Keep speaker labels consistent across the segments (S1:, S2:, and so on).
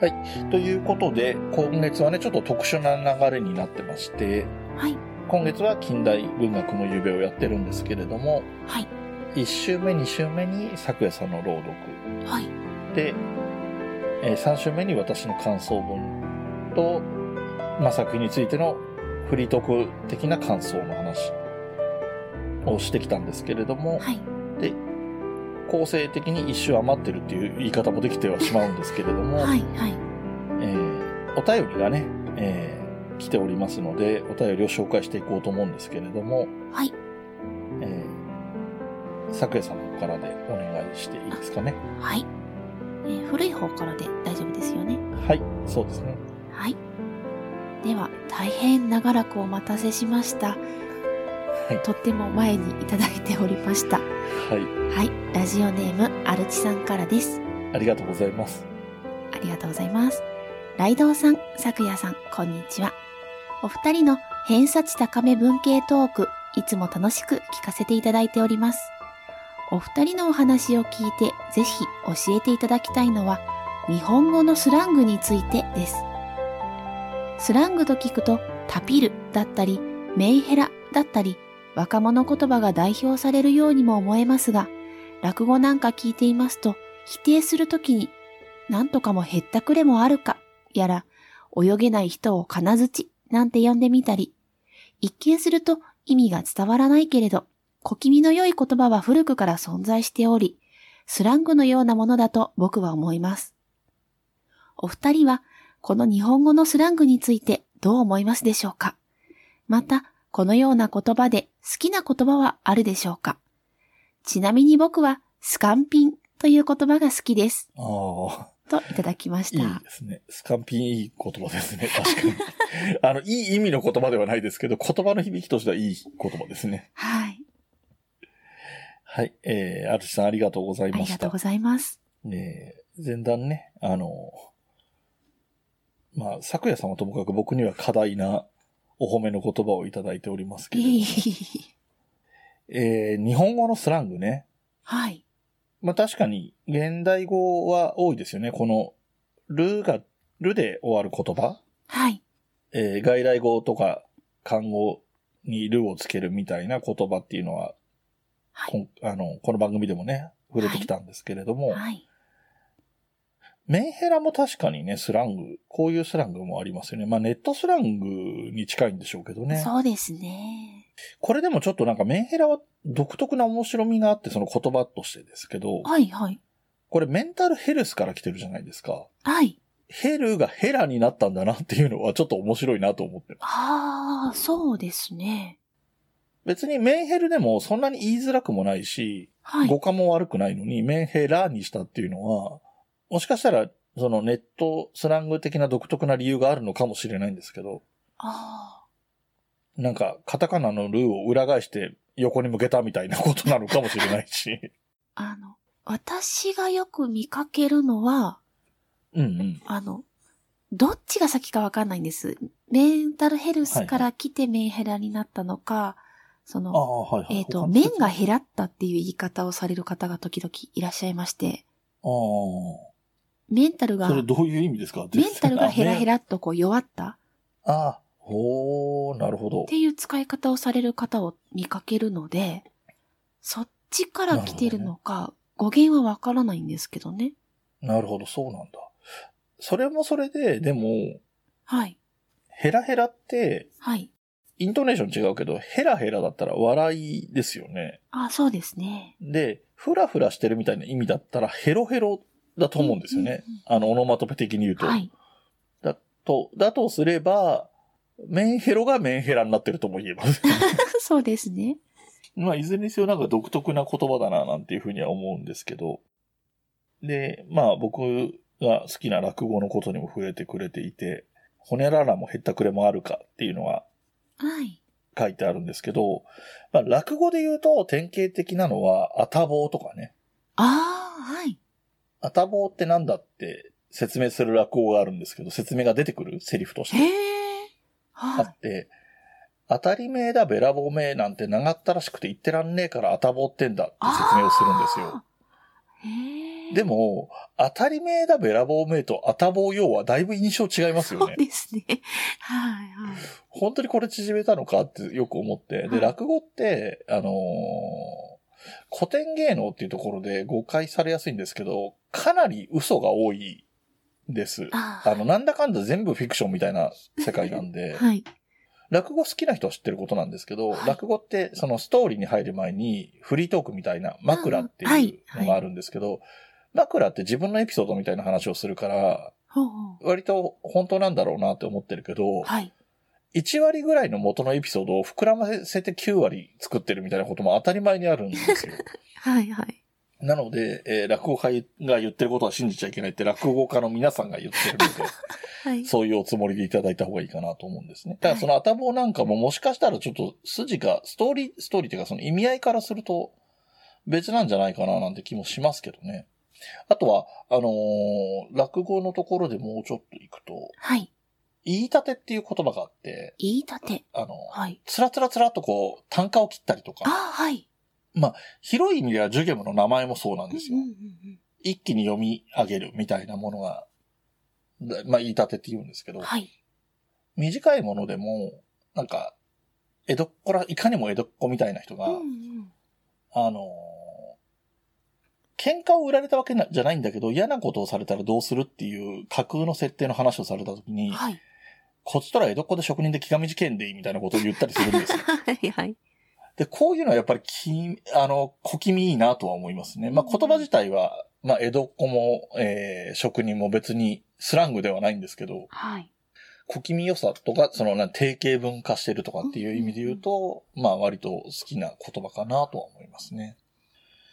S1: はい。ということで、今月はね、ちょっと特殊な流れになってまして、
S2: はい。
S1: 今月は近代文学の指をやってるんですけれども、
S2: はい。
S1: 1週目、2週目に咲夜さんの朗読。
S2: はい。
S1: で、え3週目に私の感想文と、まあ、作品についてのフリートーク的な感想の話をしてきたんですけれども、
S2: はい。
S1: 構成的に一周余ってるっていう言い方もできてはしまうんですけれども、
S2: はい。はい。
S1: えーお便りがね、えー来ておりますので、お便りを紹介していこうと思うんですけれども、
S2: はい。
S1: えー、咲夜さんの方からでお願いしていいですかね。
S2: はい。えー古い方からで大丈夫ですよね。
S1: はい、そうですね。
S2: はい。では、大変長らくお待たせしました。
S1: い
S2: とっても前にいただいておりました。は。
S1: はい
S2: ラジオネーム、アルチさんからです。
S1: い、ありがとうございます。
S2: ありがとうございます。ライドウさん、さくやさん、こんにちは。お二人の偏差値高め文系トーク、いつも楽しく聞かせていただいております。お二人のお話を聞いて、ぜひ教えていただきたいのは、日本語のスラングについてです。スラングと聞くと、タピルだったり、メイヘラだったり、若者言葉が代表されるようにも思えますが、落語なんか聞いていますと、否定するときになんとかもへったくれもあるか、やら、泳げない人を金槌なんて呼んでみたり、一見すると意味が伝わらないけれど、小気味の良い言葉は古くから存在しており、スラングのようなものだと僕は思います。お二人は、この日本語のスラングについてどう思いますでしょうかまた、このような言葉で好きな言葉はあるでしょうかちなみに僕は、スカンピンという言葉が好きです。
S1: ああ。
S2: といただきまし
S1: い
S2: た。
S1: いですね。スカンピンいい言葉ですね。確かに。 あの、いい意味の言葉ではないですけど、言葉の響きとしてはいい言葉ですね。
S2: はい。
S1: はい。えー、あるさんありがとうござい
S2: あ
S1: ま
S2: りが
S1: し
S2: と
S1: た
S2: う。ございます。
S1: えー、前段ね、あの、まあ、昨夜さんはともかく僕には過大なお褒めの言葉をいただいておりますけれども、えー、日本語のスラングね。
S2: はい。
S1: まあ確かに、現代語は多いですよね。この、るが、るで終わる言葉
S2: はい。
S1: えー外来語とか漢語にルをつけるみたいな言葉っていうのは、
S2: はい
S1: こんあのこの番組でもね、触れてきたんですけれども、
S2: はい。
S1: メンヘラも確かにね、スラング、こういうスラングもありますよね。まあネットスラングに近いんでしょうけどね。
S2: そうですね。
S1: これでもちょっとなんかメンヘラは独特な面白みがあって、その言葉としてですけど、
S2: はい、はい。
S1: これメンタルヘルスから来てるじゃないですか。
S2: はい。
S1: ヘルがヘラになったんだなっていうのはちょっと面白いなと思って
S2: ああ、そうですね。
S1: 別にメンヘルでもそんなに言いづらくもないし、
S2: はい
S1: 語。感も悪くないのに、メンヘラにしたっていうのは、もしかしたら、そのネットスラング的な独特な理由があるのかもしれないんですけど、
S2: あ
S1: なんか、カタカナのルーを裏返して横に向けたみたいなことなのかもしれないし、
S2: あ。あの、私がよく見かけるのは、
S1: うんうん。
S2: あの、どっちが先かわかんないんです。メンタルヘルスから来てメンヘラになったのか、そ
S1: あ
S2: の、
S1: あ、はいはい。
S2: えっ、と、
S1: 他の説
S2: 面が減らったっていう言い方をされる方が時々いらっしゃいまして、
S1: あ
S2: メンタル
S1: あ。
S2: が
S1: それどういう意味ですか
S2: メンタルがヘラヘ
S1: ラ。
S2: ラっとこう弱った
S1: ああ、ほー、なるほど
S2: って。いう使い方をされる方を見かけるので、そっちから来てるのか、語源はわからないんですけどね。
S1: なるほど、そうなんだ。それもそれで、でも、
S2: はい。
S1: ヘラヘラって、
S2: はい。
S1: イントネーション違うけど、ヘラヘラだったら笑いですよね。
S2: あ、そうですね。
S1: で、フラフラしてるみたいな意味だったら、ヘロヘロだと思うんですよね。あの、オノマトペ的に言うと。
S2: はい。
S1: だと、だとすれば、メンヘロがメンヘラになってるとも言えます。
S2: そうですね。
S1: まあ、いずれにせよなんか独特な言葉だな、なんていうふうには思うんですけど。で、まあ、僕が好きな落語のことにも触れてくれていて、骨ららもへったくれもあるかっていうのは
S2: はい。
S1: 書いてあるんですけど、まあ、落語で言うと典型的なのは、あたぼうとかね。
S2: ああ、はい。
S1: アタボーってなんだって説明する落語があるんですけど、説明が出てくるセリフとし
S2: へ
S1: て
S2: え。
S1: あ
S2: は
S1: っ
S2: い。
S1: て、当たり前だ、べらぼうめなんて長ったらしくて言ってらんねえからアタボーってんだって説明をするんですよ。
S2: あー。へえ。
S1: でも、当たり前だべらぼうめとあたぼうようはだいぶ印象違いますよ
S2: そう
S1: ね。
S2: ですね。 はいはい。
S1: 本当にこれ縮めたのかってよく思って。
S2: はい
S1: で、落語って、あのー古典芸能っていうところで誤解されやすいんですけど、かなり嘘が多いです。
S2: あ
S1: あの、なんだかんだ全部フィクションみたいな世界なん
S2: あ
S1: で、
S2: はい。
S1: 落語好きな人は知ってることなんですけど、
S2: はい
S1: 落語ってそのストーリーに入る前にフリートークみたいな枕っていうのがあるんですけど、枕って自分のエピソードみたいな話をするから、
S2: ほうほう。
S1: 割と本当なんだろうなって思ってるけど、
S2: はい。
S1: 1割ぐらいの元のエピソードを膨らませて9割作ってるみたいなことも当たり前にあるんです よ。
S2: はいはい。
S1: なので、えー落語家が言ってることは信じちゃいけないって落語家の皆さんが言ってるので、
S2: はい。
S1: そういうおつもりでいただいた方がいいかなと思うんですね。だからその頭棒なんかももしかしたらちょっと筋が、ストーリー、ストーリーというかその意味合いからすると別なんじゃないかななんて気もしますけどね。あとは、あのー落語のところでもうちょっといくと、
S2: はい。
S1: 言い立てっていう言葉があって、
S2: 言い立て。
S1: あのー
S2: はい。
S1: つらつらつらっとこう、単価を切ったりと
S2: ああ
S1: か、、
S2: はい。
S1: 広い意味ではジュゲムの名前もそうなんです
S2: うん
S1: よ。
S2: うんうん
S1: 一気に読み上げるみたいなものが、だまあ言い立てって言うんですけ
S2: う
S1: ど
S2: ん。、はい。
S1: 短いものでも、なんか、江戸っ子ら、いかにも江戸っ子みたいな人が、
S2: うんうん。
S1: あのー喧嘩を売られたわけなじゃないんだけど、嫌なことをされたらどうするっていう架空の設定の話をされたときに、
S2: はい。
S1: こっちとら江戸っ子で職人で気が短いんでいいみたいなことを言ったりするん ですよ。
S2: はいはい。
S1: で、こういうのはやっぱりき、あの、小気味いいなとは思いますね。まあ、言葉自体は、まあ、江戸っ子も、えー職人も別にスラングではないんですけど、
S2: はい。
S1: 小気味良さとか、その、なん定型文化してるとかっていう意味で言うと、まあ、割と好きな言葉かなとは思いますね。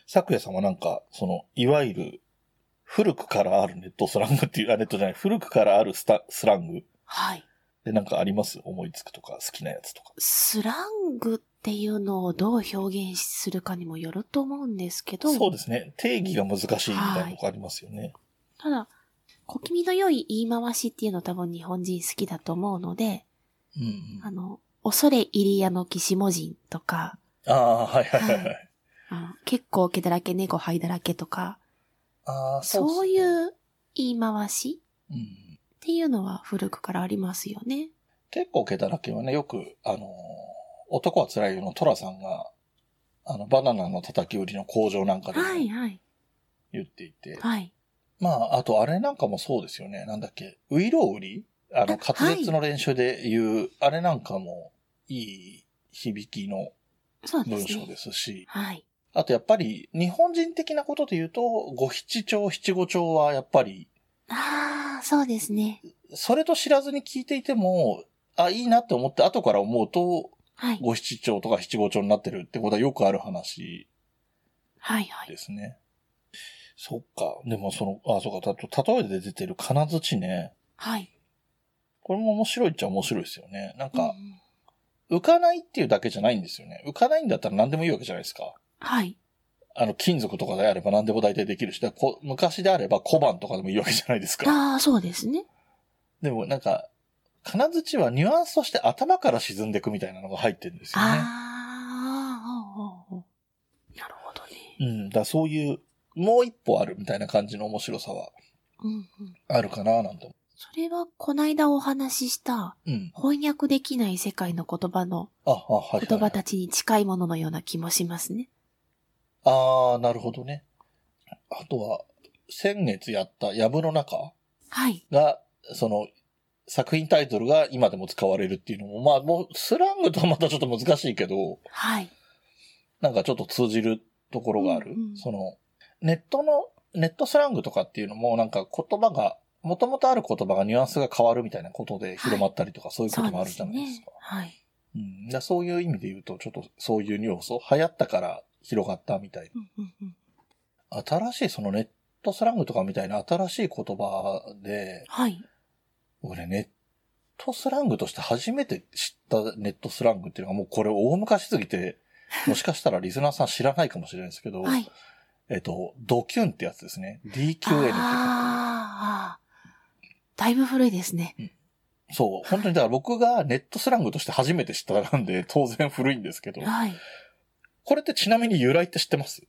S1: 昨夜さんはなんか、その、いわゆる、古くからあるネットスラングっていう、あ、ネットじゃない、古くからあるスタ、スラング
S2: はい。
S1: でなんかあります思いつくとか、好きなやつとか。
S2: スラングっていうのをどう表現するかにもよると思うんですけど、
S1: そうですね。定義が難しいみたいなとこありますよね。
S2: ただ、小気味の良い言い回しっていうの多分日本人好きだと思うので、
S1: うんうん
S2: あの、恐れ入り屋の岸も人とか、
S1: ああ、はいはいはい。
S2: は
S1: はいい、
S2: あの結構毛だらけ、猫灰だらけとか、
S1: ああ、
S2: そう
S1: っすね
S2: いう言い回し
S1: うん
S2: っていうのは古くからありますよね。
S1: 結構毛だらけはね、よく、あのー男は辛いよのトラさんが、あの、バナナの叩き売りの工場なんかでも
S2: はいはい。
S1: 言っていて。
S2: はい。
S1: まあ、あとあれなんかもそうですよね。なんだっけ、ウイロウ売りあの、
S2: あ
S1: 滑舌の練習で言う、あれなんかもいい響きの
S2: そうで
S1: 文
S2: す
S1: 章
S2: ね。
S1: ですし、
S2: はい。
S1: あとやっぱり日本人的なことで言うと、五七調、七五調はやっぱり
S2: ああ、そうですね。
S1: それと知らずに聞いていても、あ、いいなって思って後から思うと、
S2: はい。
S1: 五七調とか七五調になってるってことはよくある話
S2: はいはい。
S1: ですね。そっか。でもその、あ、そっか。たと、例えで出てる金槌ね。
S2: はい。
S1: これも面白いっちゃ面白いですよね。なんか
S2: う、ん
S1: 浮かないっていうだけじゃないんですよね。浮かないんだったら何でもいいわけじゃないですか。
S2: はい。
S1: あの、金属とかであれば何でも大体できるし、だからこ昔であれば小判とかでもいいわけじゃないですか。
S2: ああ、そうですね。
S1: でもなんか、金槌はニュアンスとして頭から沈んでいくみたいなのが入ってるんですよね。
S2: ああ、ほうほうほうなるほどね。
S1: うん、だからそういう、もう一歩あるみたいな感じの面白さは
S2: うんうん。
S1: あるかな、なんて思
S2: それは、こないだお話しした、
S1: う。うん。
S2: 翻訳できない世界の言葉の、
S1: あ、あ、はい、はい。
S2: 言葉たちに近いもののような気もしますね。
S1: ああ、なるほどね。あとは、先月やった、やぶの中
S2: はい。
S1: が、その、作品タイトルが今でも使われるっていうのも、まあもうスラングとはまたちょっと難しいけど、
S2: はい。
S1: なんかちょっと通じるところがある。
S2: うんうん
S1: その、ネットの、ネットスラングとかっていうのもなんか言葉が、もともとある言葉がニュアンスが変わるみたいなことで広まったりとか、そういうこ
S2: そ
S1: と
S2: う
S1: もあ
S2: で
S1: るじ
S2: す
S1: ゃないです
S2: ね
S1: か。。
S2: はい。
S1: うん、だからそういう意味で言うと、ちょっとそういう要素、流行ったから広がったみたい
S2: うんうんうん
S1: な。新しい、そのネットスラングとかみたいな新しい言葉で、
S2: はい。
S1: 僕ね、ネットスラングとして初めて知ったネットスラングっていうのがもうこれ大昔すぎ て、もしかしたらリスナーさん知らないかもしれないですけど、
S2: はい。
S1: えっと、ドキュンってやつですね。DQN って
S2: あ
S1: 書
S2: ー
S1: く
S2: あー。だいぶ古いですね。
S1: そう、本当にだから僕がネットスラングとして初めて知ったなんで、 当然古いんですけど、
S2: はい。
S1: これってちなみに由来って知ってます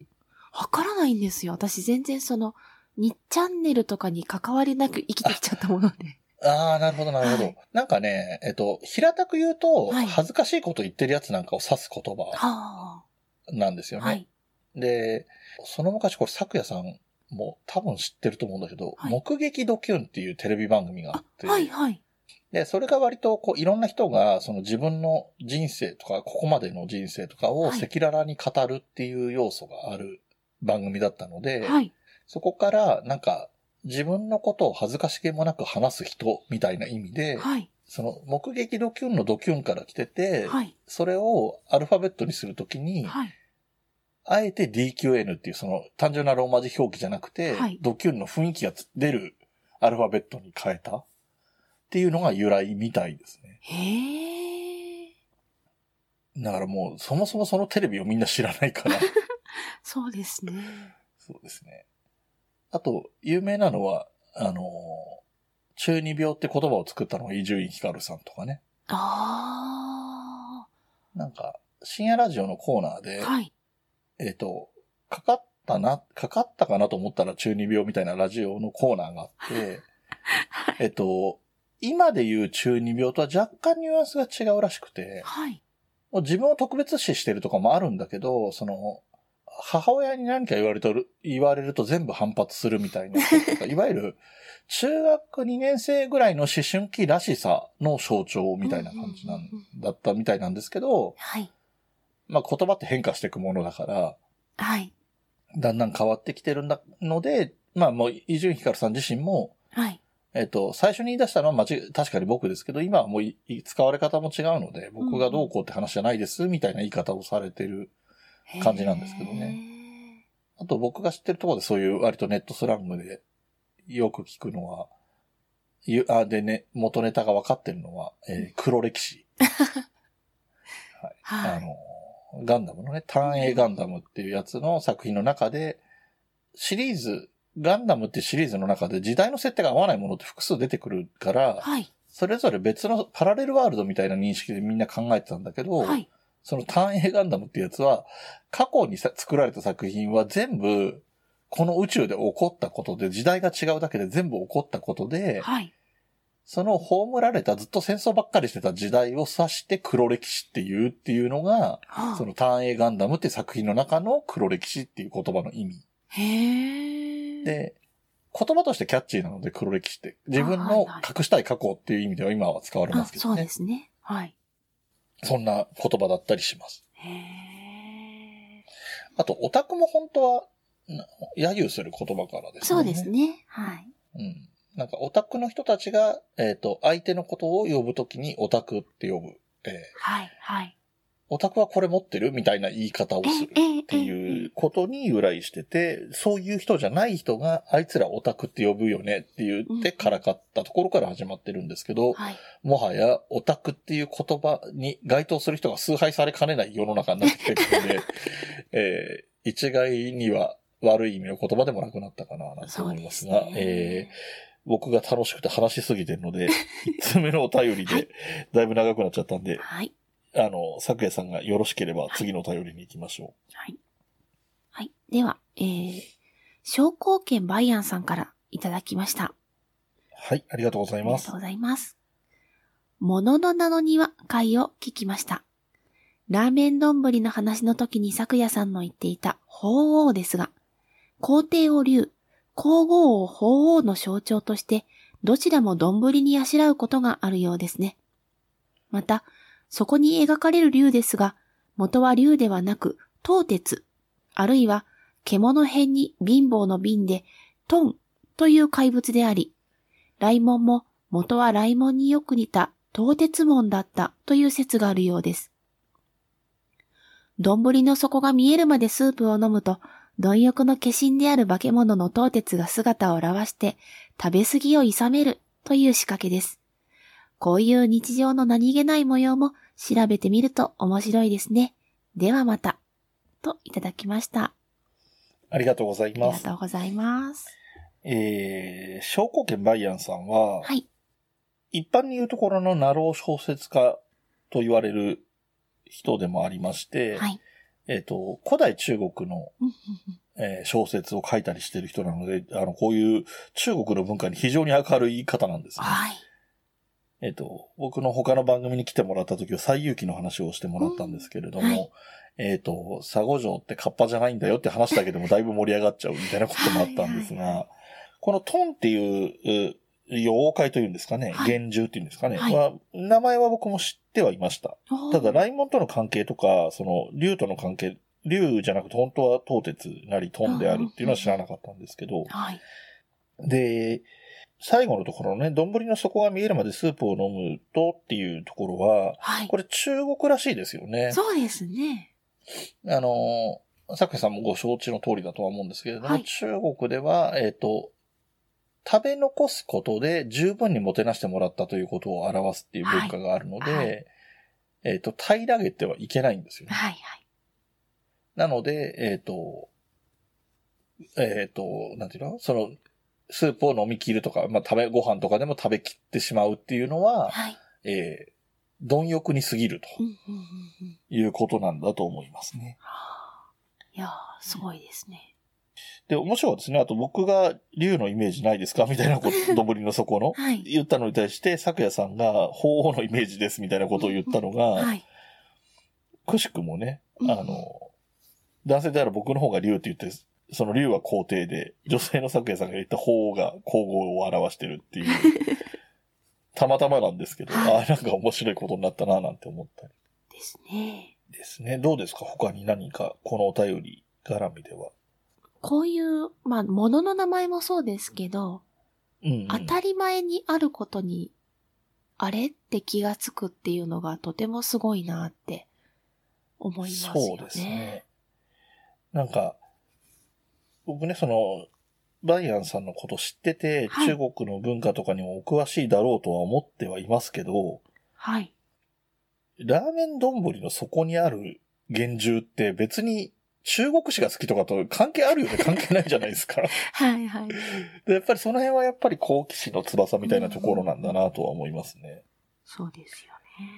S2: わからないんですよ。私全然その、 2チャンネルとかに関わりなく生きてきちゃったもの で。
S1: ああ、なるほど、なるほど。
S2: はい
S1: なんかね、えっと、平たく言うと、
S2: はい
S1: 恥ずかしいこと言ってるやつなんかを指す言葉
S2: は
S1: なんです
S2: あ。
S1: よね。
S2: はい。
S1: で、その昔これ、咲夜さんも多分知ってると思うんだけど、
S2: はい
S1: 目撃ドキュンっていうテレビ番組があ
S2: あ
S1: っ、て、
S2: はい、はい。
S1: で、それが割と、こう、いろんな人が、その自分の人生とか、ここまでの人生とかを
S2: はい
S1: 赤裸々に語るっていう要素がある番組だったので、
S2: はい。
S1: そこから、なんか、自分のことを恥ずかしげもなく話す人みたいな意味で、
S2: はい。
S1: その目撃ドキュンのドキュンから来てて、
S2: はい。
S1: それをアルファベットにするときに、
S2: はい。
S1: あえて DQN っていうその単純なローマ字表記じゃなくて、
S2: はい
S1: ドキュンの雰囲気が出るアルファベットに変えたっていうのが由来みたいですね。
S2: へえ。
S1: だからもうそもそもそのテレビをみんな知らないから、
S2: そうですね。
S1: そうですね。あと、有名なのは、あのー中二病って言葉を作ったのが伊集院光さんとかね。
S2: あ
S1: なんか、深夜ラジオのコーナーで、
S2: あ。はい。
S1: えっ、と、かかったな、かかったかなと思ったら中二病みたいなラジオのコーナーがあって、えっと、今で言う中二病とは若干ニュアンスが違うらしくて、
S2: はい。
S1: もう自分を特別視してるとかもあるんだけど、その、母親に何か言われとる、言われると全部反発するみたいなこととか、いわゆる中学2年生ぐらいの思春期らしさの象徴みたいな感じなん
S2: うんうんうん
S1: だったみたいなんですけど、
S2: はい。
S1: まあ言葉って変化していくものだから、
S2: はい。
S1: だんだん変わってきてるんだので、まあもう伊集院光さん自身も、
S2: はい。
S1: えっと、最初に言い出したのは間違い確かに僕ですけど、今はもういい使われ方も違うので、僕がどうこうって話じゃないです、みたいな言い方をされてる。感じなんですけど
S2: ね。
S1: あと僕が知ってるところでそういう割とネットスラングでよく聞くのは、ゆあでね、元ネタが分かってるのは、えー黒歴史。
S2: は
S1: あ
S2: い。
S1: の、ガンダムのね、単影ガンダムっていうやつの作品の中で、シリーズ、ガンダムってシリーズの中で時代の設定が合わないものって複数出てくるから、
S2: はい。
S1: それぞれ別のパラレルワールドみたいな認識でみんな考えてたんだけど、
S2: はい。
S1: その単影ガンダムってやつは、過去にさ作られた作品は全部、この宇宙で起こったことで、時代が違うだけで全部起こったことで、
S2: はい。
S1: その葬られたずっと戦争ばっかりしてた時代を指して黒歴史っていうっていうのが、
S2: はあ
S1: その単影ガンダムって作品の中の黒歴史っていう言葉の意味。
S2: へえ。、
S1: で、言葉としてキャッチーなので黒歴史って、自分
S2: はい
S1: の
S2: はい
S1: 隠したい過去っていう意味では今は使われま
S2: あ、
S1: すけ
S2: そ
S1: ど
S2: う
S1: ね。
S2: ですね。はい。
S1: そんな言葉だったりします。
S2: へえ。
S1: あと、オタクも本当は、な揶揄する言葉からですね。
S2: そうです。ね。はい。
S1: うん。なんか、オタクの人たちが、えっ、と、相手のことを呼ぶときにオタクって呼ぶ。えー
S2: はい。はい。
S1: オタクはこれ持ってるみたいな言い方をする。
S2: ええ
S1: っていうことに由来してて、そういう人じゃない人が、あいつらオタクって呼ぶよねって言ってからかったところから始まってるんですけど、
S2: はい。
S1: もはやオタクっていう言葉に該当する人が崇拝されかねない世の中になってきてるの で、えー一概には悪い意味の言葉でもなくなったかな、なんて
S2: そ
S1: 思
S2: う
S1: い
S2: で
S1: ますすが、えー。
S2: ね
S1: 僕が楽しくて話しすぎてるので、1つ目のお便り
S2: はい
S1: で、だいぶ長くなっちゃったんで、
S2: はい。
S1: あの、昨夜さんがよろしければ次のお便りに行きましょ
S2: はい。はい。では、えー、商工券バイアンさんからいただきまし
S1: う。
S2: た。
S1: はい、ありがとうござい
S2: あり
S1: ま
S2: が
S1: す
S2: とう。ございます。ものの名の庭会を聞きました。ラーメン丼の話の時に昨夜さんの言っていた法王ですが、皇帝を竜、皇后を法王の象徴として、どちらも丼にあしらうことがあるようですね。また、そこに描かれる竜ですが、元は竜ではなく、東鉄、あるいは獣辺に貧乏の瓶で、トンという怪物であり、雷門も元は雷門によく似た東鉄門だったという説があるようです。丼の底が見えるまでスープを飲むと、貪欲の化身である化け物の東鉄が姿を現して、食べ過ぎを諌めるという仕掛けです。こういう日常の何気ない模様も調べてみると面白いですね。ではまた。といただきました。あ
S1: ありがとうござい
S2: り
S1: ま
S2: が
S1: す。
S2: とうございます。
S1: えー、証拠権バイアンさんは、
S2: はい。
S1: 一般に言うところのナロー小説家と言われる人でもありまして、
S2: はい。
S1: えっ、と、古代中国の、
S2: うんうん
S1: えー小説を書いたりしてる人なので、あの、こういう中国の文化に非常に明るい言い方なんですね。
S2: はい。
S1: えっ、と、僕の他の番組に来てもらった時は西遊記の話をしてもらったんですけれども、
S2: うんはい
S1: えっ、と、佐護城ってカッパじゃないんだよって話だけでもだいぶ盛り上がっちゃうみ たいなこともあったんです
S2: はいはいは
S1: が、このトンっていう、う妖怪というんですかね、
S2: はい
S1: 幻獣っていうんですかね、
S2: はい
S1: は名前は僕も知ってはいました。
S2: おー
S1: ただ、雷門との関係とか、その、竜との関係、竜じゃなくて本当は東鉄なりトンであるっていうのは知らなかったんですけど、
S2: はい。
S1: で、最後のところのね、丼の底が見えるまでスープを飲むとっていうところは、
S2: はい。
S1: これ中国らしいですよね。
S2: そうですね。
S1: あの、さくさんもご承知の通りだとは思うんですけれども、
S2: はい
S1: 中国では、えっ、と、食べ残すことで十分にもてなしてもらったということを表すっていう文化があるので、
S2: はいは
S1: えっ、と、平らげてはいけないんですよね。
S2: はいはい。
S1: なので、えっ、と、えっ、と、なんていうのその、スープを飲み切るとか、まあ、食べ、ご飯とかでも食べきってしまうっていうのは、
S2: はい。
S1: えー、貪欲に過ぎると
S2: うんうんうんうん。
S1: いうことなんだと思いますね。
S2: いやー、すごいですね。
S1: で、面白いですね。あと僕が竜のイメージないですかみ たいなこと、どぶりの底の。
S2: はい。
S1: 言ったのに対して、咲夜さんが、鳳凰のイメージですみたいなことを言ったのが、
S2: はい。
S1: くしくもね、
S2: う
S1: あ
S2: ん
S1: の、男性である僕の方が竜って言って、その竜は皇帝で、女性の咲夜さんが言った鳳凰が皇后を表してるっていう、 たまたまなんですけど、ああ、なんか面白いことになったな、なんて思ったり
S2: ですね。
S1: ですね。どうですか他に何か、このお便り絡みでは。
S2: こういう、まあ、ものの名前もそうですけど、
S1: うんうん、
S2: 当たり前にあることに、あれって気がつくっていうのがとてもすごいなって思いますよね。
S1: そうですね。なんか、僕ね、その、バイアンさんのこと知ってて、
S2: はい
S1: 中国の文化とかにもお詳しいだろうとは思ってはいますけど、
S2: はい。
S1: ラーメン丼の底にある厳重って別に中国史が好きとかと関係あるよね、関係ないじゃないですか。
S2: はいはい。
S1: でやっぱりその辺はやっぱり好奇心の翼みたいなところなんだなとは思いますね。
S2: そうですよね。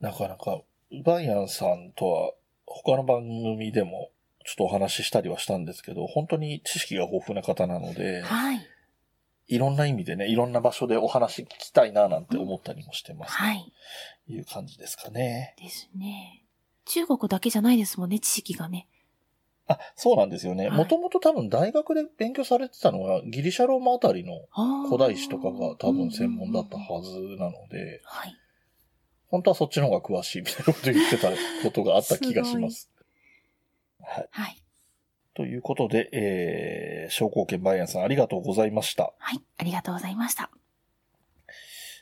S1: なかなか、バイアンさんとは他の番組でもちょっとお話ししたりはしたんですけど、本当に知識が豊富な方なので、
S2: はい。
S1: いろんな意味でね、いろんな場所でお話聞きたいななんて思ったりもしてます。
S2: はい。
S1: い。う感じですかね。
S2: ですね。中国だけじゃないですもんね、知識がね。
S1: あ、そうなんですよね。
S2: はい
S1: もともと多分大学で勉強されてたのはギリシャローマあたりの
S2: 古
S1: 古代史とかが多分専門だったはずなので、
S2: はい。
S1: 本当はそっちの方が詳しいみたいなこと言ってたことがあった気がします。はい。
S2: はい。
S1: ということで、えー、商工券バイアンさんありがとうございました。
S2: はい。ありがとうございました。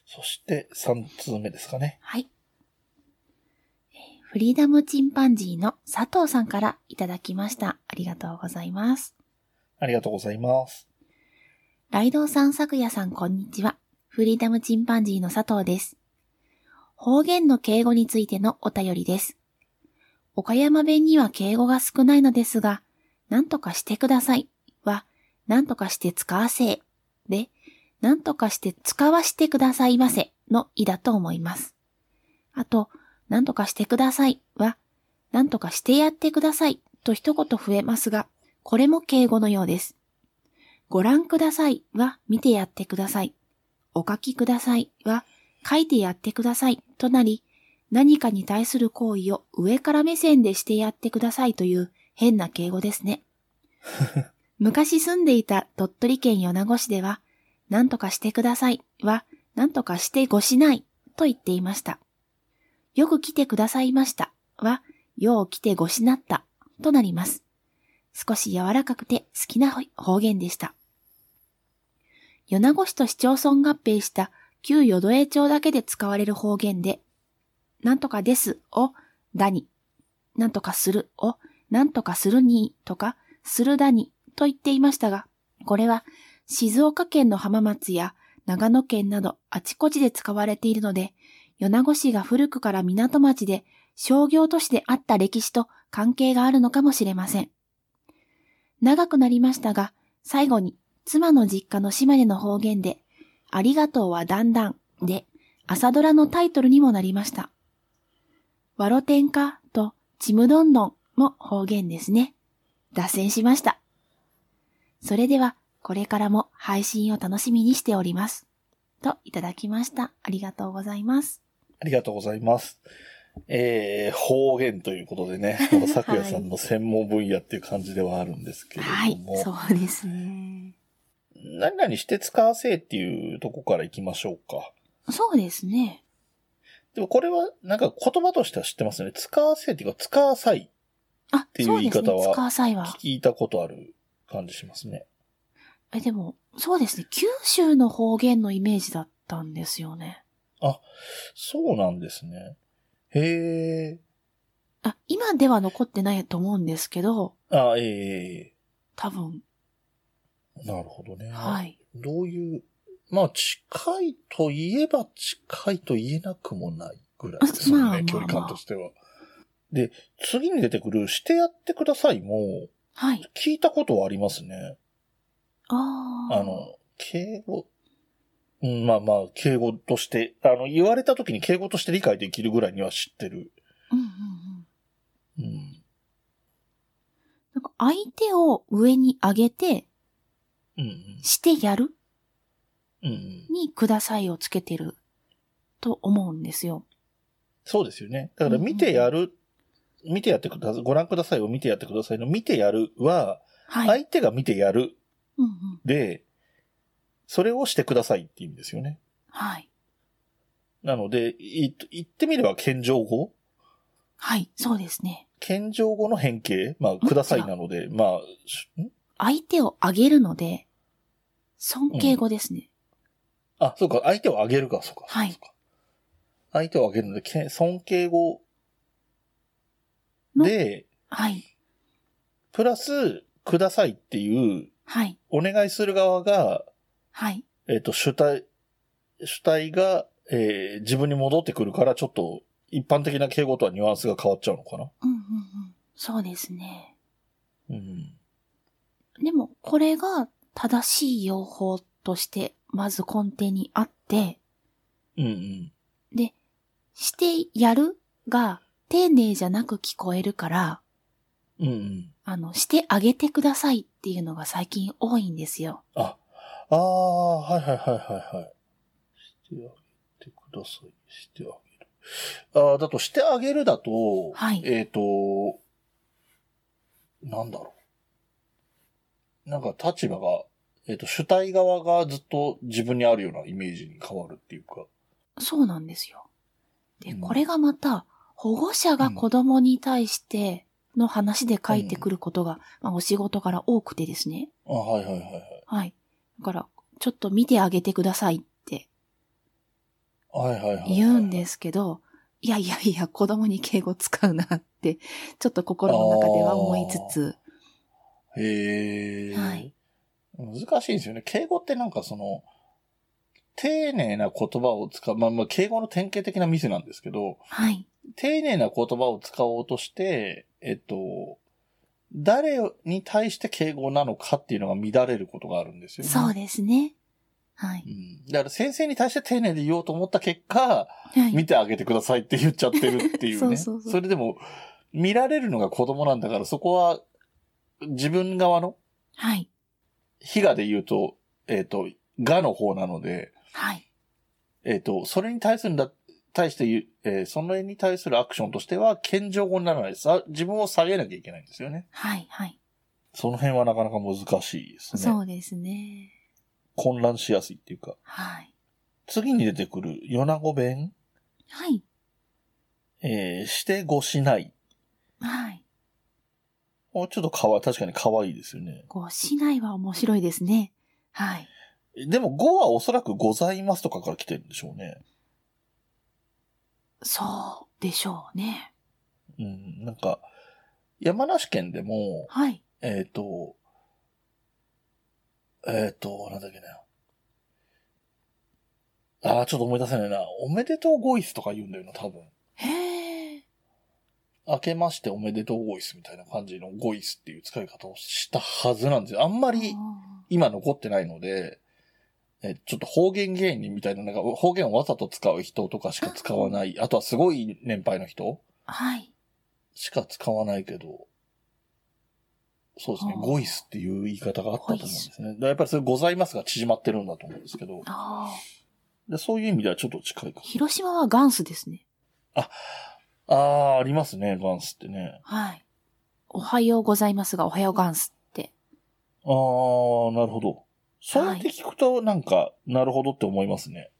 S1: そして、3通目ですかね。
S2: はい。えーフリーダムチンパンジーの佐藤さんからいただきました。ありがとうございます。
S1: ありがとうございます。
S2: ライドウさん、さくやさん、こんにちは。フリーダムチンパンジーの佐藤です。方言の敬語についてのお便りです。岡山弁には敬語が少ないのですが、なんとかしてくださいは、なんとかして使わせで、なんとかして使わしてくださいませの意だと思います。あと、なんとかしてくださいは、なんとかしてやってくださいと一言増えますが、これも敬語のようです。ご覧くださいは見てやってください。お書きくださいは書いてやってくださいとなり、何かに対する行為を上から目線でしてやってくださいという変な敬語ですね。昔住んでいた鳥取県米子市では、何とかしてくださいは何とかしてごしないと言っていました。よく来てくださいましたは、よう来てごしなったとなります。少し柔らかくて好きな方言でした。米子市と市町村合併した旧淀江町だけで使われる方言で、なんとかですをだに、なんとかするをなんとかするにとかするだにと言っていましたが、これは静岡県の浜松や長野県などあちこちで使われているので、米子市が古くから港町で商業都市であった歴史と関係があるのかもしれません。長くなりましたが、最後に妻の実家の島根の方言で、ありがとうはだんだんで、朝ドラのタイトルにもなりました。わろてんかとちむどんどんも方言ですね。脱線しました。それでは、これからも配信を楽しみにしております。といただきました。ありがとうございます。
S1: ありがとうございます。えー、方言ということで ね、この咲夜さんの専門分野っていう感じではあるんですけれ
S2: はい
S1: ども、、
S2: そうですね。
S1: 何々して使わせっていうとこから行きましょうか。
S2: そうですね。
S1: でもこれはなんか言葉としては知ってますよね。使わせっていうか、使わさい。
S2: あ
S1: て、いう
S2: そうです
S1: 言い
S2: ね。
S1: 方は
S2: 使う際は。
S1: 聞いたことある感じしますね。
S2: え、でも、そうですね。九州の方言のイメージだったんですよね。
S1: そうなんですね。へえ。
S2: あ、今では残ってないと思うんですけど、
S1: あ、ええ
S2: 多分、
S1: なるほどね。
S2: はい。
S1: どういう、まあ近いと言えば近いと言えなくもないぐらいですよね、
S2: まあまあまあ
S1: 距離感としては。で、次に出てくるしてやってくださいも、
S2: はい。
S1: 聞いたことはありますね。
S2: ああ。
S1: あの、敬語、うんまあまあ、敬語として、あの、言われた時に敬語として理解できるぐらいには知ってる。
S2: うんうんう
S1: う
S2: ん。
S1: ん。
S2: なんか相手を上に上げて、
S1: うん
S2: してやる
S1: うん。うんうん。
S2: にくださいをつけてると思うんですよ。
S1: そうですよね。だから見てやる、見てやってください、ご覧くださいを見てやってくださいの見てやるは、
S2: はい。
S1: 相手が見てやる
S2: うんうん。
S1: で、それをしてくださいって意味ですよね。
S2: はい。
S1: なので、い言ってみれば謙譲語
S2: はい。そうですね。
S1: 謙譲語の変形まあ、くださいなので、まあ、しん
S2: 相手を上げるので、尊敬語ですね。
S1: あ、そうか、相手を上げるか、そうか。
S2: はい
S1: そうか相手を上げるので、け尊敬語
S2: の
S1: で、
S2: はい。
S1: プラス、くださいっていう、
S2: はい。
S1: お願いする側が、
S2: はい。
S1: えっ、と、主体、主体が、えー自分に戻ってくるから、ちょっと、一般的な敬語とはニュアンスが変わっちゃうのかな。
S2: うんうんうん。そうですね。
S1: うん。
S2: でも、これが正しい用法として、まず根底にあって、
S1: うんうん。
S2: で、してやるが丁寧じゃなく聞こえるから、
S1: うんうん。
S2: あの、してあげてくださいっていうのが最近多いんですよ。
S1: あ、ああ、はいはいはいはいはい。してあげてください。してあげる。ああ、だと、してあげるだと、
S2: はい
S1: えっ、と、なんだろう。なんか立場が、えっ、と、主体側がずっと自分にあるようなイメージに変わるっていうか。
S2: そうなんですよ。で、
S1: うん
S2: これがまた、保護者が子供に対しての話で書いてくることが、まあ、お仕事から多くてですね。
S1: あはいはいはいはい。
S2: はい。だから、ちょっと見てあげてくださいって
S1: はいはいはいはい。
S2: 言うんですけど、いやいやいや、子供に敬語使うなって、ちょっと心の中では思いつつ、
S1: へえ。
S2: はい
S1: 難しいんですよね。敬語ってなんかその、丁寧な言葉を使う、まあまあ敬語の典型的なミスなんですけど、
S2: はい。
S1: 丁寧な言葉を使おうとして、えっと、誰に対して敬語なのかっていうのが乱れることがあるんですよね。
S2: そうですね。はい。
S1: うん、だから先生に対して丁寧で言おうと思った結果、
S2: はい。
S1: 見てあげてくださいって言っちゃってるっていうね。
S2: そうそうそう
S1: れでも、見られるのが子供なんだから、そこは自分側の
S2: はい。
S1: 比嘉で言うと、えっ、と、がの方なので、
S2: はい。
S1: えっ、と、それに対するんだ、対して言う、えーそれに対するアクションとしては、謙譲語にならないです。あ自分を下げなきゃいけないんですよね。
S2: はい。はい。
S1: その辺はなかなか難しいですね。
S2: そうですね。
S1: 混乱しやすいっていうか。
S2: はい。
S1: 次に出てくる、米子弁、
S2: はい。
S1: えー、してごしない。
S2: はい。
S1: あちょっとかわ、確かに可愛いですよね。
S2: こう、市内は面白いですね。はい。
S1: でも、語はおそらくございますとかから来てるんでしょうね。
S2: そうでしょうね。
S1: うん、なんか、山梨県でも、
S2: はい。
S1: えっ、と、えっ、と、なんだっけな。ああ、ちょっと思い出せないな。おめでとうゴイスとか言うんだよな、多分。
S2: へえ。
S1: 明けましておめでとうゴイスみたいな感じのゴイスっていう使い方をしたはずなんですよ。あんまり今残ってないので、えちょっと方言芸人みたいな、なんか方言をわざと使う人とかしか使わない。あとはすごい年配の人
S2: はい。
S1: しか使わないけど、そうですね、
S2: あー
S1: ゴイスっていう言い方があったと思うんですね。だからやっぱりそれございますが縮まってるんだと思うんですけど、
S2: ああ。
S1: でそういう意味ではちょっと近いかも。
S2: 広島は元祖ですね。
S1: ああ、ありますね、ガンスってね。
S2: はい。おはようございますが、おはよう元祖って。
S1: ああ、なるほど。そうやって聞くと、なんか、なるほどって思いますね。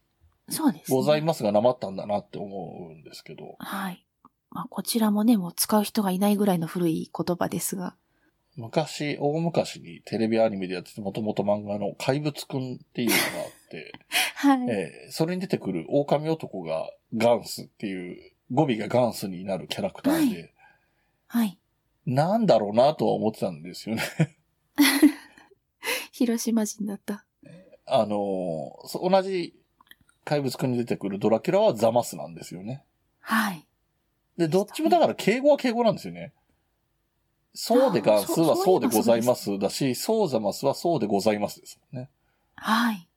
S2: そうです、ね。
S1: ございますが、なまったんだなって思うんですけど。
S2: はい。まあ、こちらもね、もう使う人がいないぐらいの古い言葉ですが。
S1: 昔、大昔にテレビアニメでやってて、もともと漫画の怪物くんっていうのがあって、
S2: は。
S1: えーそれに出てくる狼男がガンスっていう、語尾がガンスになるキャラクターで、
S2: はい。
S1: なんだろうなとは思ってたんですよね。
S2: 広島人だった。
S1: あのーそ同じ怪物くんに出てくるドラキュラはザマスなんですよね。
S2: はい。
S1: で、どっちもだから敬語は敬語なんですよね。そうでガンスはそうでございますだし、そうざますはそうでございますですもんね。
S2: はい。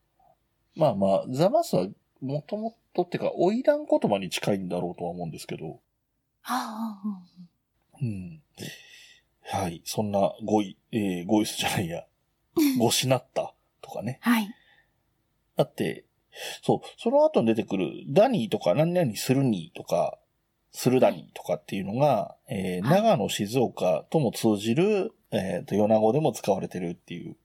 S1: まあまあ、ざますはもともとってか、花魁言葉に近いんだろうとは思うんですけど。
S2: ああ、うん
S1: うん。はい。そんな、ごい、えー、ごいすじゃないや。ごしなったとかね。
S2: はい。
S1: だって、そう、その後に出てくる、だにとか、何々するにとか、するだにとかっていうのが、えー
S2: はい
S1: 長野、静岡とも通じる、えっ、と、米子でも使われてるっていう
S2: うんうん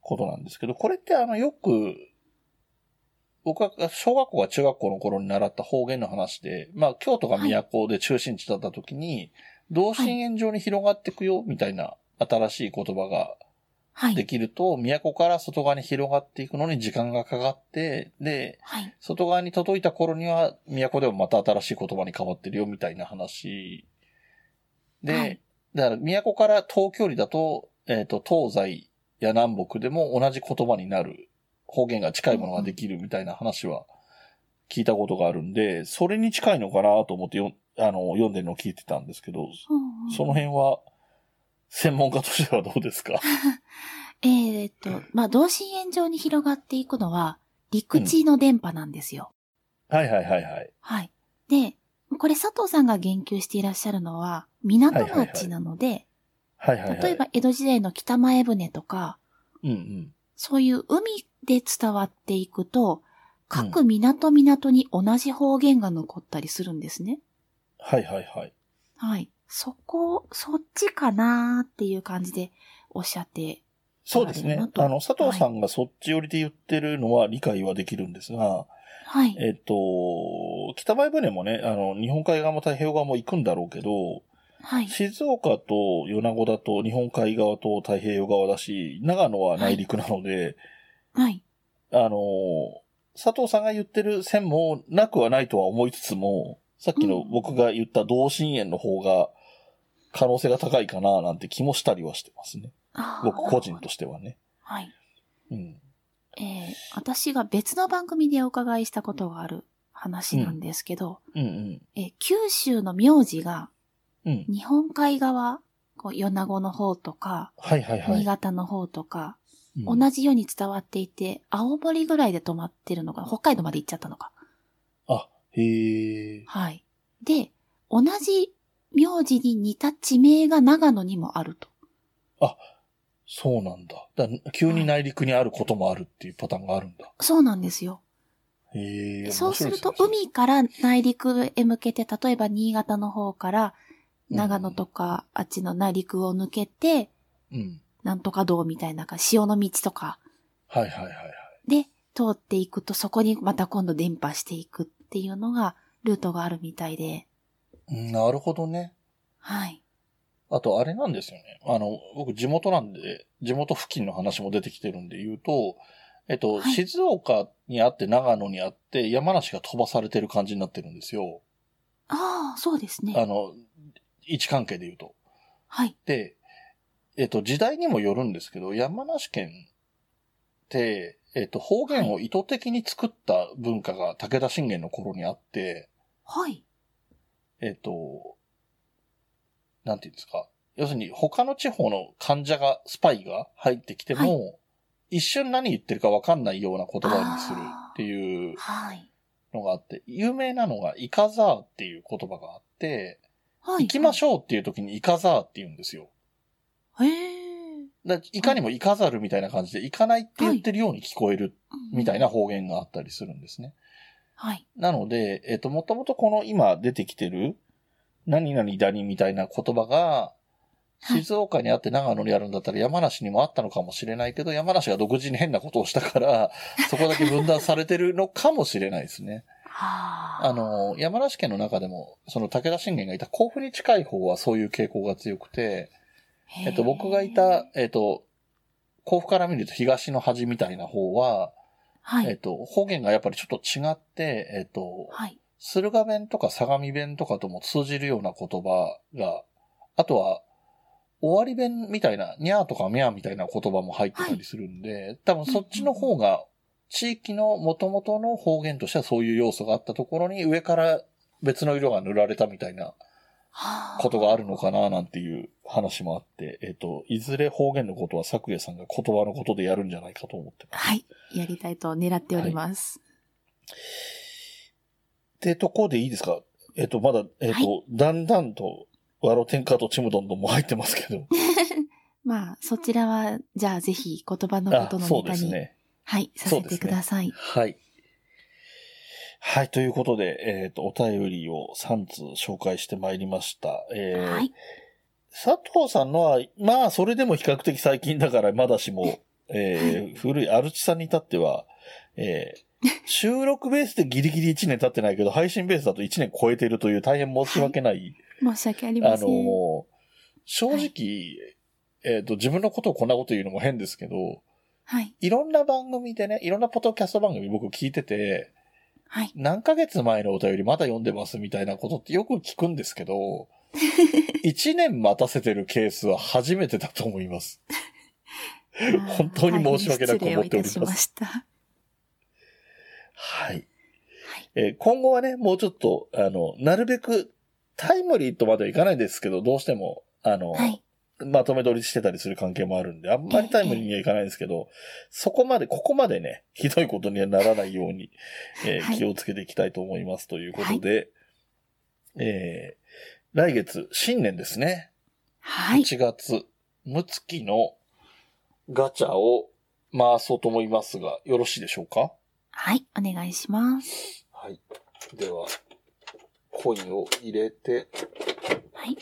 S1: ことなんですけど、これってあの、よく、僕は小学校が中学校の頃に習った方言の話で、まあ、京都が都で中心地だった時に、同心円状に広がっていくよ、みたいな新しい言葉が
S2: は
S1: で
S2: い。
S1: きると、都から外側に広がっていくのに時間がかかって、で、
S2: はい。
S1: 外側に届いた頃には、都でもまた新しい言葉に変わってるよ、みたいな話。で、
S2: はい
S1: だから、都から遠距離だと、えっ、と、東西や南北でも同じ言葉になる、方言が近いものができるみたいな話は聞いたことがあるんで、それに近いのかなと思ってよあの読んでるのを聞いてたんですけど、
S2: うんうん
S1: その辺は、専門家としてはどうですか
S2: えーっと、まあ、同心円状に広がっていくのは、陸地の電波なんですよ。
S1: はいはいはいはい。
S2: はい。で、これ佐藤さんが言及していらっしゃるのは、港町なので、
S1: はいはい、はい。
S2: 例えば江戸時代の北前船とか、
S1: うんうん。
S2: そういう海で伝わっていくと、各港港に同じ方言が残ったりするんですね。
S1: はいはいはい。
S2: はい。そこ、そっちかなーっていう感じでおっしゃって、
S1: そうですね
S2: なる。ほ
S1: あ
S2: ど
S1: の、佐藤さんがそっち寄りで言ってるのは理解はできるんですが、
S2: はい。
S1: えっと、北前船もね、あの、日本海側も太平洋側も行くんだろうけど、
S2: はい。
S1: 静岡と米子だと日本海側と太平洋側だし、長野は内陸なので、
S2: はい。
S1: あの、佐藤さんが言ってる線もなくはないとは思いつつも、さっきの僕が言った同心円の方が可能性が高いかななんて気もしたりはしてますね。
S2: あー
S1: 僕個人としてはね。
S2: はい。
S1: うん。
S2: えー私が別の番組でお伺いしたことがある話なんですけど、
S1: うん
S2: えー九州の名字が
S1: うん。うん。
S2: 日本海側、こう、米子の方とか、
S1: はいはいはい。
S2: 新潟の方とか、
S1: うん
S2: 同じように伝わっていて、青森ぐらいで止まってるのかな北海道まで行っちゃったのか。
S1: あ、へえ。
S2: はい。で、同じ名字に似た地名が長野にもあると。
S1: そうなんだ。だ急に内陸にあることもあるっていうパターンがあるんだ。
S2: そうなんですよ。
S1: へえ。
S2: そうすると
S1: 面白いですね
S2: 海から内陸へ向けて、例えば新潟の方から長野とか、あっちの内陸を抜けて、
S1: うん。
S2: なんとか道みたいなか、潮の道とか
S1: はいはいはいはい。
S2: で通っていくと、そこにまた今度伝播していくっていうのが、ルートがあるみたいで。
S1: うんなるほどね。
S2: はい。
S1: あと、あれなんですよね。あの、僕、地元なんで、地元付近の話も出てきてるんで言うと、えっと、
S2: はい
S1: 静岡にあって、長野にあって、山梨が飛ばされてる感じになってるんですよ。
S2: ああ、そうです
S1: あ
S2: ね。
S1: の、位置関係で言うと。
S2: はい。
S1: で、えっと、時代にもよるんですけど、山梨県って、えっと、方言を意図的に作った文化が武田信玄の頃にあって、
S2: はい。
S1: えっと、なんていうんですか。要するに、他の地方の患者が、スパイが入ってきても、一瞬何言ってるかわかんないような言葉にするっていう
S2: はい。
S1: のがあって、有名なのが、イカザーっていう言葉があって、
S2: はい。
S1: 行きましょうっていう時にイカザーって言うんですよ。
S2: う。へえ。
S1: だからいかにもイカざるみたいな感じで、行かないって言ってるように聞こえるみたい
S2: な。
S1: な方言があったりするんですね。
S2: はい。
S1: なので、えっ、と、もともとこの今出てきてる、何々だにみたいな言葉が、
S2: はい
S1: 静岡にあって長野にあるんだったら山梨にもあったのかもしれないけど、山梨が独自に変なことをした から、そこだけ分断されてるのかもしれないですね。
S2: はあ。
S1: あの、山梨県の中でも、その武田信玄がいた甲府に近い方はそういう傾向が強くて、
S2: へえ、
S1: えっと、僕がいた、えっと、甲府から見ると東の端みたいな方は、
S2: は
S1: えっ
S2: い。
S1: と、方言がやっぱりちょっと違って、えっと、
S2: はい。
S1: 駿河弁とか相模弁とかとも通じるような言葉が、あとは、終わり弁みたいな、にゃーとかみゃーみたいな言葉も入ってたりするんで、多分そっちの方が、地域の元々の方言としてはそういう要素があったところに上から別の色が塗られたみたいな
S2: はあ。
S1: ことがあるのかななんていう話もあって、えっ、と、いずれ方言のことは作家さんが言葉のことでやるんじゃないかと思ってます。
S2: はい。やりたいと狙っております。
S1: ってとこでいいですかえっ、と、まだ、えっ、と、
S2: は
S1: だんだんと、ワロテンカとチムドンドンも入ってますけど。
S2: まあ、そちらは、じゃあぜひ言葉の
S1: あ
S2: こと、の
S1: そう
S2: ネ
S1: で
S2: タ
S1: す
S2: に、
S1: ね。
S2: はい、させてください。
S1: はい。はい、ということで、えっ、と、お便りを3通紹介してまいりました。えー
S2: はい。
S1: 佐藤さんのは、まあ、それでも比較的最近だから、まだし も、えー古いアルチさんに至っては、え ー収録ベースでギリギリ1年経ってないけど、配信ベースだと1年超えてるという大変申し訳ない、
S2: 申し訳あり
S1: あ
S2: ま
S1: の
S2: せん。
S1: ー正直、
S2: は
S1: えっ、と、自分のことをこんなこと言うのも変ですけど、
S2: はい。
S1: いろんな番組でね、いろんなポッドキャスト番組僕聞いてて、
S2: はい。
S1: 何ヶ月前のお便りまだ読んでますみたいなことってよく聞くんですけど、1年待たせてるケースは初めてだと思います。 本当に申し訳なく思っております
S2: 失礼をいたしました。は
S1: はい。
S2: い。
S1: えー今後はね、もうちょっと、あの、なるべくタイムリーとまではいかないですけど、どうしても、あの、
S2: はい。
S1: まとめ取りしてたりする関係もあるんで、あんまりタイムリーにはいかないですけど、そこまで、ここまでね、ひどいことにはならないように、えー
S2: はい
S1: 気をつけていきたいと思いますということで、えー来月、新年ですね。
S2: はい。
S1: 1月、むつきのガチャを回そうと思いますが、よろしいでしょうか
S2: はい。お願いします。
S1: はい。では、コインを入れて、
S2: はい。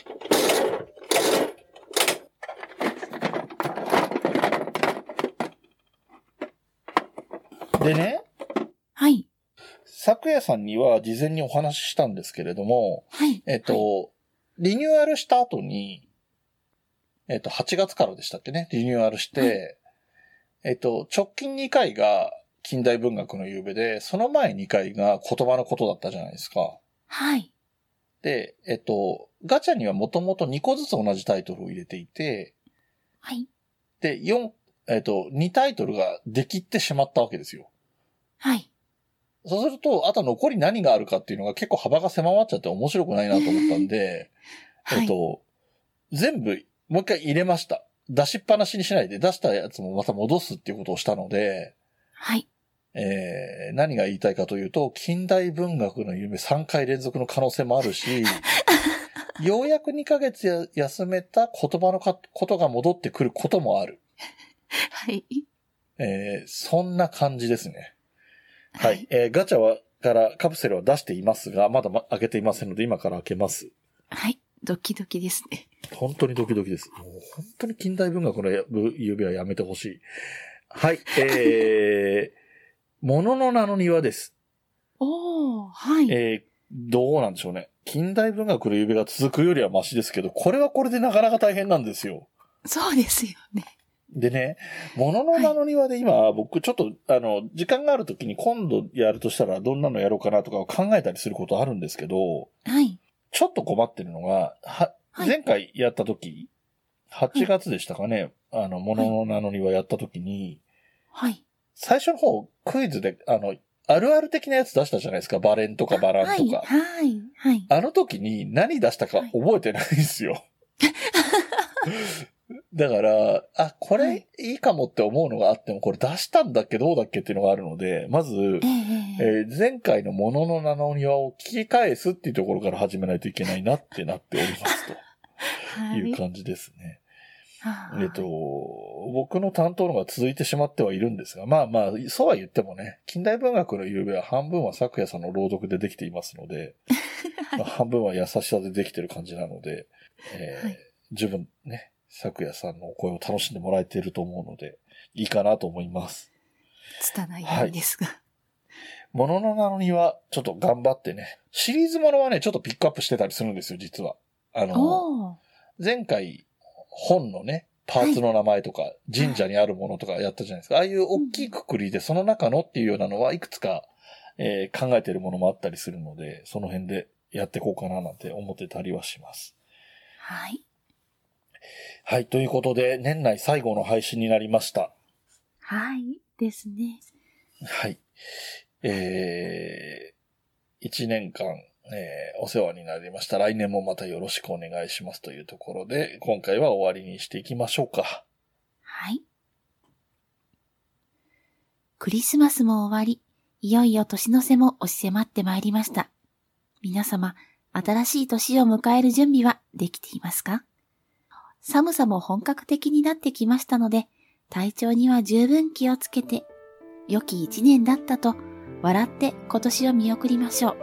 S1: でね、
S2: はい。
S1: 昨夜さんには事前にお話ししたんですけれども、
S2: はい。
S1: えっと、リニューアルした後に、えっと、8月からでしたっけね、リニューアルして、えっと、直近2回が近代文学の夕べで、その前2回が言葉のことだったじゃないですか。
S2: はい。
S1: で、えっと、ガチャにはもともと2個ずつ同じタイトルを入れていて、
S2: はい。
S1: で、4、えっと、2タイトルができってしまったわけですよ。
S2: はい。
S1: そうすると、あと残り何があるかっていうのが結構幅が狭まっちゃって面白くないなと思ったんで、
S2: はい。
S1: えっと、全部、もう一回入れました。出しっぱなしにしないで、出したやつもまた戻すっていうことをしたので、
S2: はい。
S1: えー、何が言いたいかというと、近代文学の夢3回連続の可能性もあるし、ようやく2ヶ月や休めた言葉のかことが戻ってくることもある。
S2: はい。
S1: えー、そんな感じですね。はい。。えー、ガチャは、からカプセルは出していますが、まだま開けていませんので、今から開けます。
S2: はい。ドキドキですね。
S1: 本当にドキドキです。もう本当に近代文学のやぶ指はやめてほしい。はい、えー、ものの名の庭です。
S2: おー、はい。
S1: えー、どうなんでしょうね。近代文学の指が続くよりはマシですけど、これはこれでなかなか大変なんですよ。
S2: そうですよね。
S1: でね、ものの名の庭で今、僕ちょっと、あの、時間がある時に今度やるとしたらどんなのやろうかなとかを考えたりすることあるんですけど、
S2: はい。
S1: ちょっと困ってるのが、は、
S2: はい
S1: 前回やった時、8月でしたかね、あの、ものの名の庭やった時に、
S2: はい。
S1: 最初の方、クイズで、あの、あるある的なやつ出したじゃないですか、バレンとかバランとか。
S2: はい。はい。はい。
S1: あの時に何出したか覚えてないんですよ。だから、あ、これいいかもって思うのがあっても、これ出したんだっけどうだっけっていうのがあるので、まず、
S2: えええええ
S1: え
S2: え
S1: ー前回のものの名の庭を聞き返すっていうところから始めないといけないなってなっております
S2: は
S1: という
S2: い。
S1: 感じですね。
S2: あー
S1: えっと、僕の担当のが続いてしまってはいるんですが、まあまあ、そうは言ってもね、近代文学の夕べは半分は咲夜さんの朗読でできていますので、
S2: はい
S1: まあ半分は優しさでできてる感じなので、えー
S2: はい
S1: 十分ね、咲夜さんのお声を楽しんでもらえていると思うので、いいかなと思います。
S2: 拙いなんですが。
S1: ものの名の庭、ちょっと頑張ってね。シリーズものはね、ちょっとピックアップしてたりするんですよ、実は。あの、
S2: おお。
S1: 前回、本のね、パーツの名前とか、神社にあるものとかやったじゃないですか。ああいう大きいくくりで、その中のっていうようなのはいくつか、えー考えてるものもあったりするので、その辺でやっていこうかななんて思ってたりはします。
S2: はい。
S1: はい、ということで、年内最後の配信になりました。
S2: はい。ですね。
S1: はい。えー、1年間、えーお世話になりました。来年もまたよろしくお願いしますというところで、今回は終わりにしていきましょうか。
S2: はい。クリスマスも終わり、いよいよ年の瀬も押し迫ってまいりました。皆様、新しい年を迎える準備はできていますか寒さも本格的になってきましたので、体調には十分気をつけて、良き一年だったと、笑って今年を見送りましょう。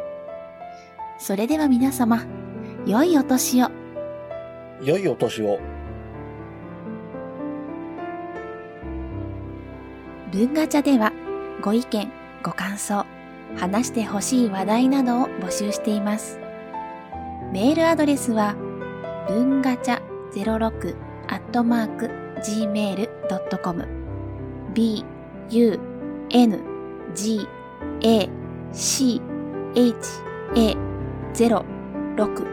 S2: それでは皆様、良いお年を。
S1: 良いお年を。
S2: 文ガチャではご意見、ご感想、話してほしい話題などを募集しています。メールアドレスは文ガチャ06アットマーク gmail.com b u n g a c h a 06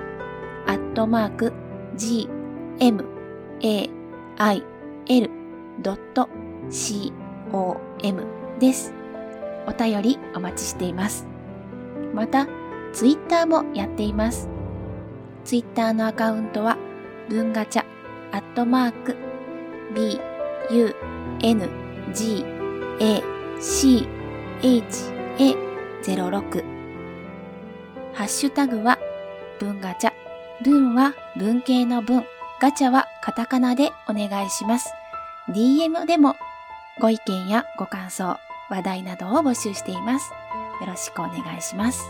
S2: アットマーク g m a i l.com OM です。お便りお待ちしています。また、ツイッターもやっています。ツイッターのアカウントは、文ガチャ、アットマーク、b, u, n, g, a, c, h, a, 06。ハッシュタグは、文ガチャ。文は文系の文。ガチャはカタカナでお願いします。DM でもご意見やご感想、話題などを募集しています。よろしくお願いします。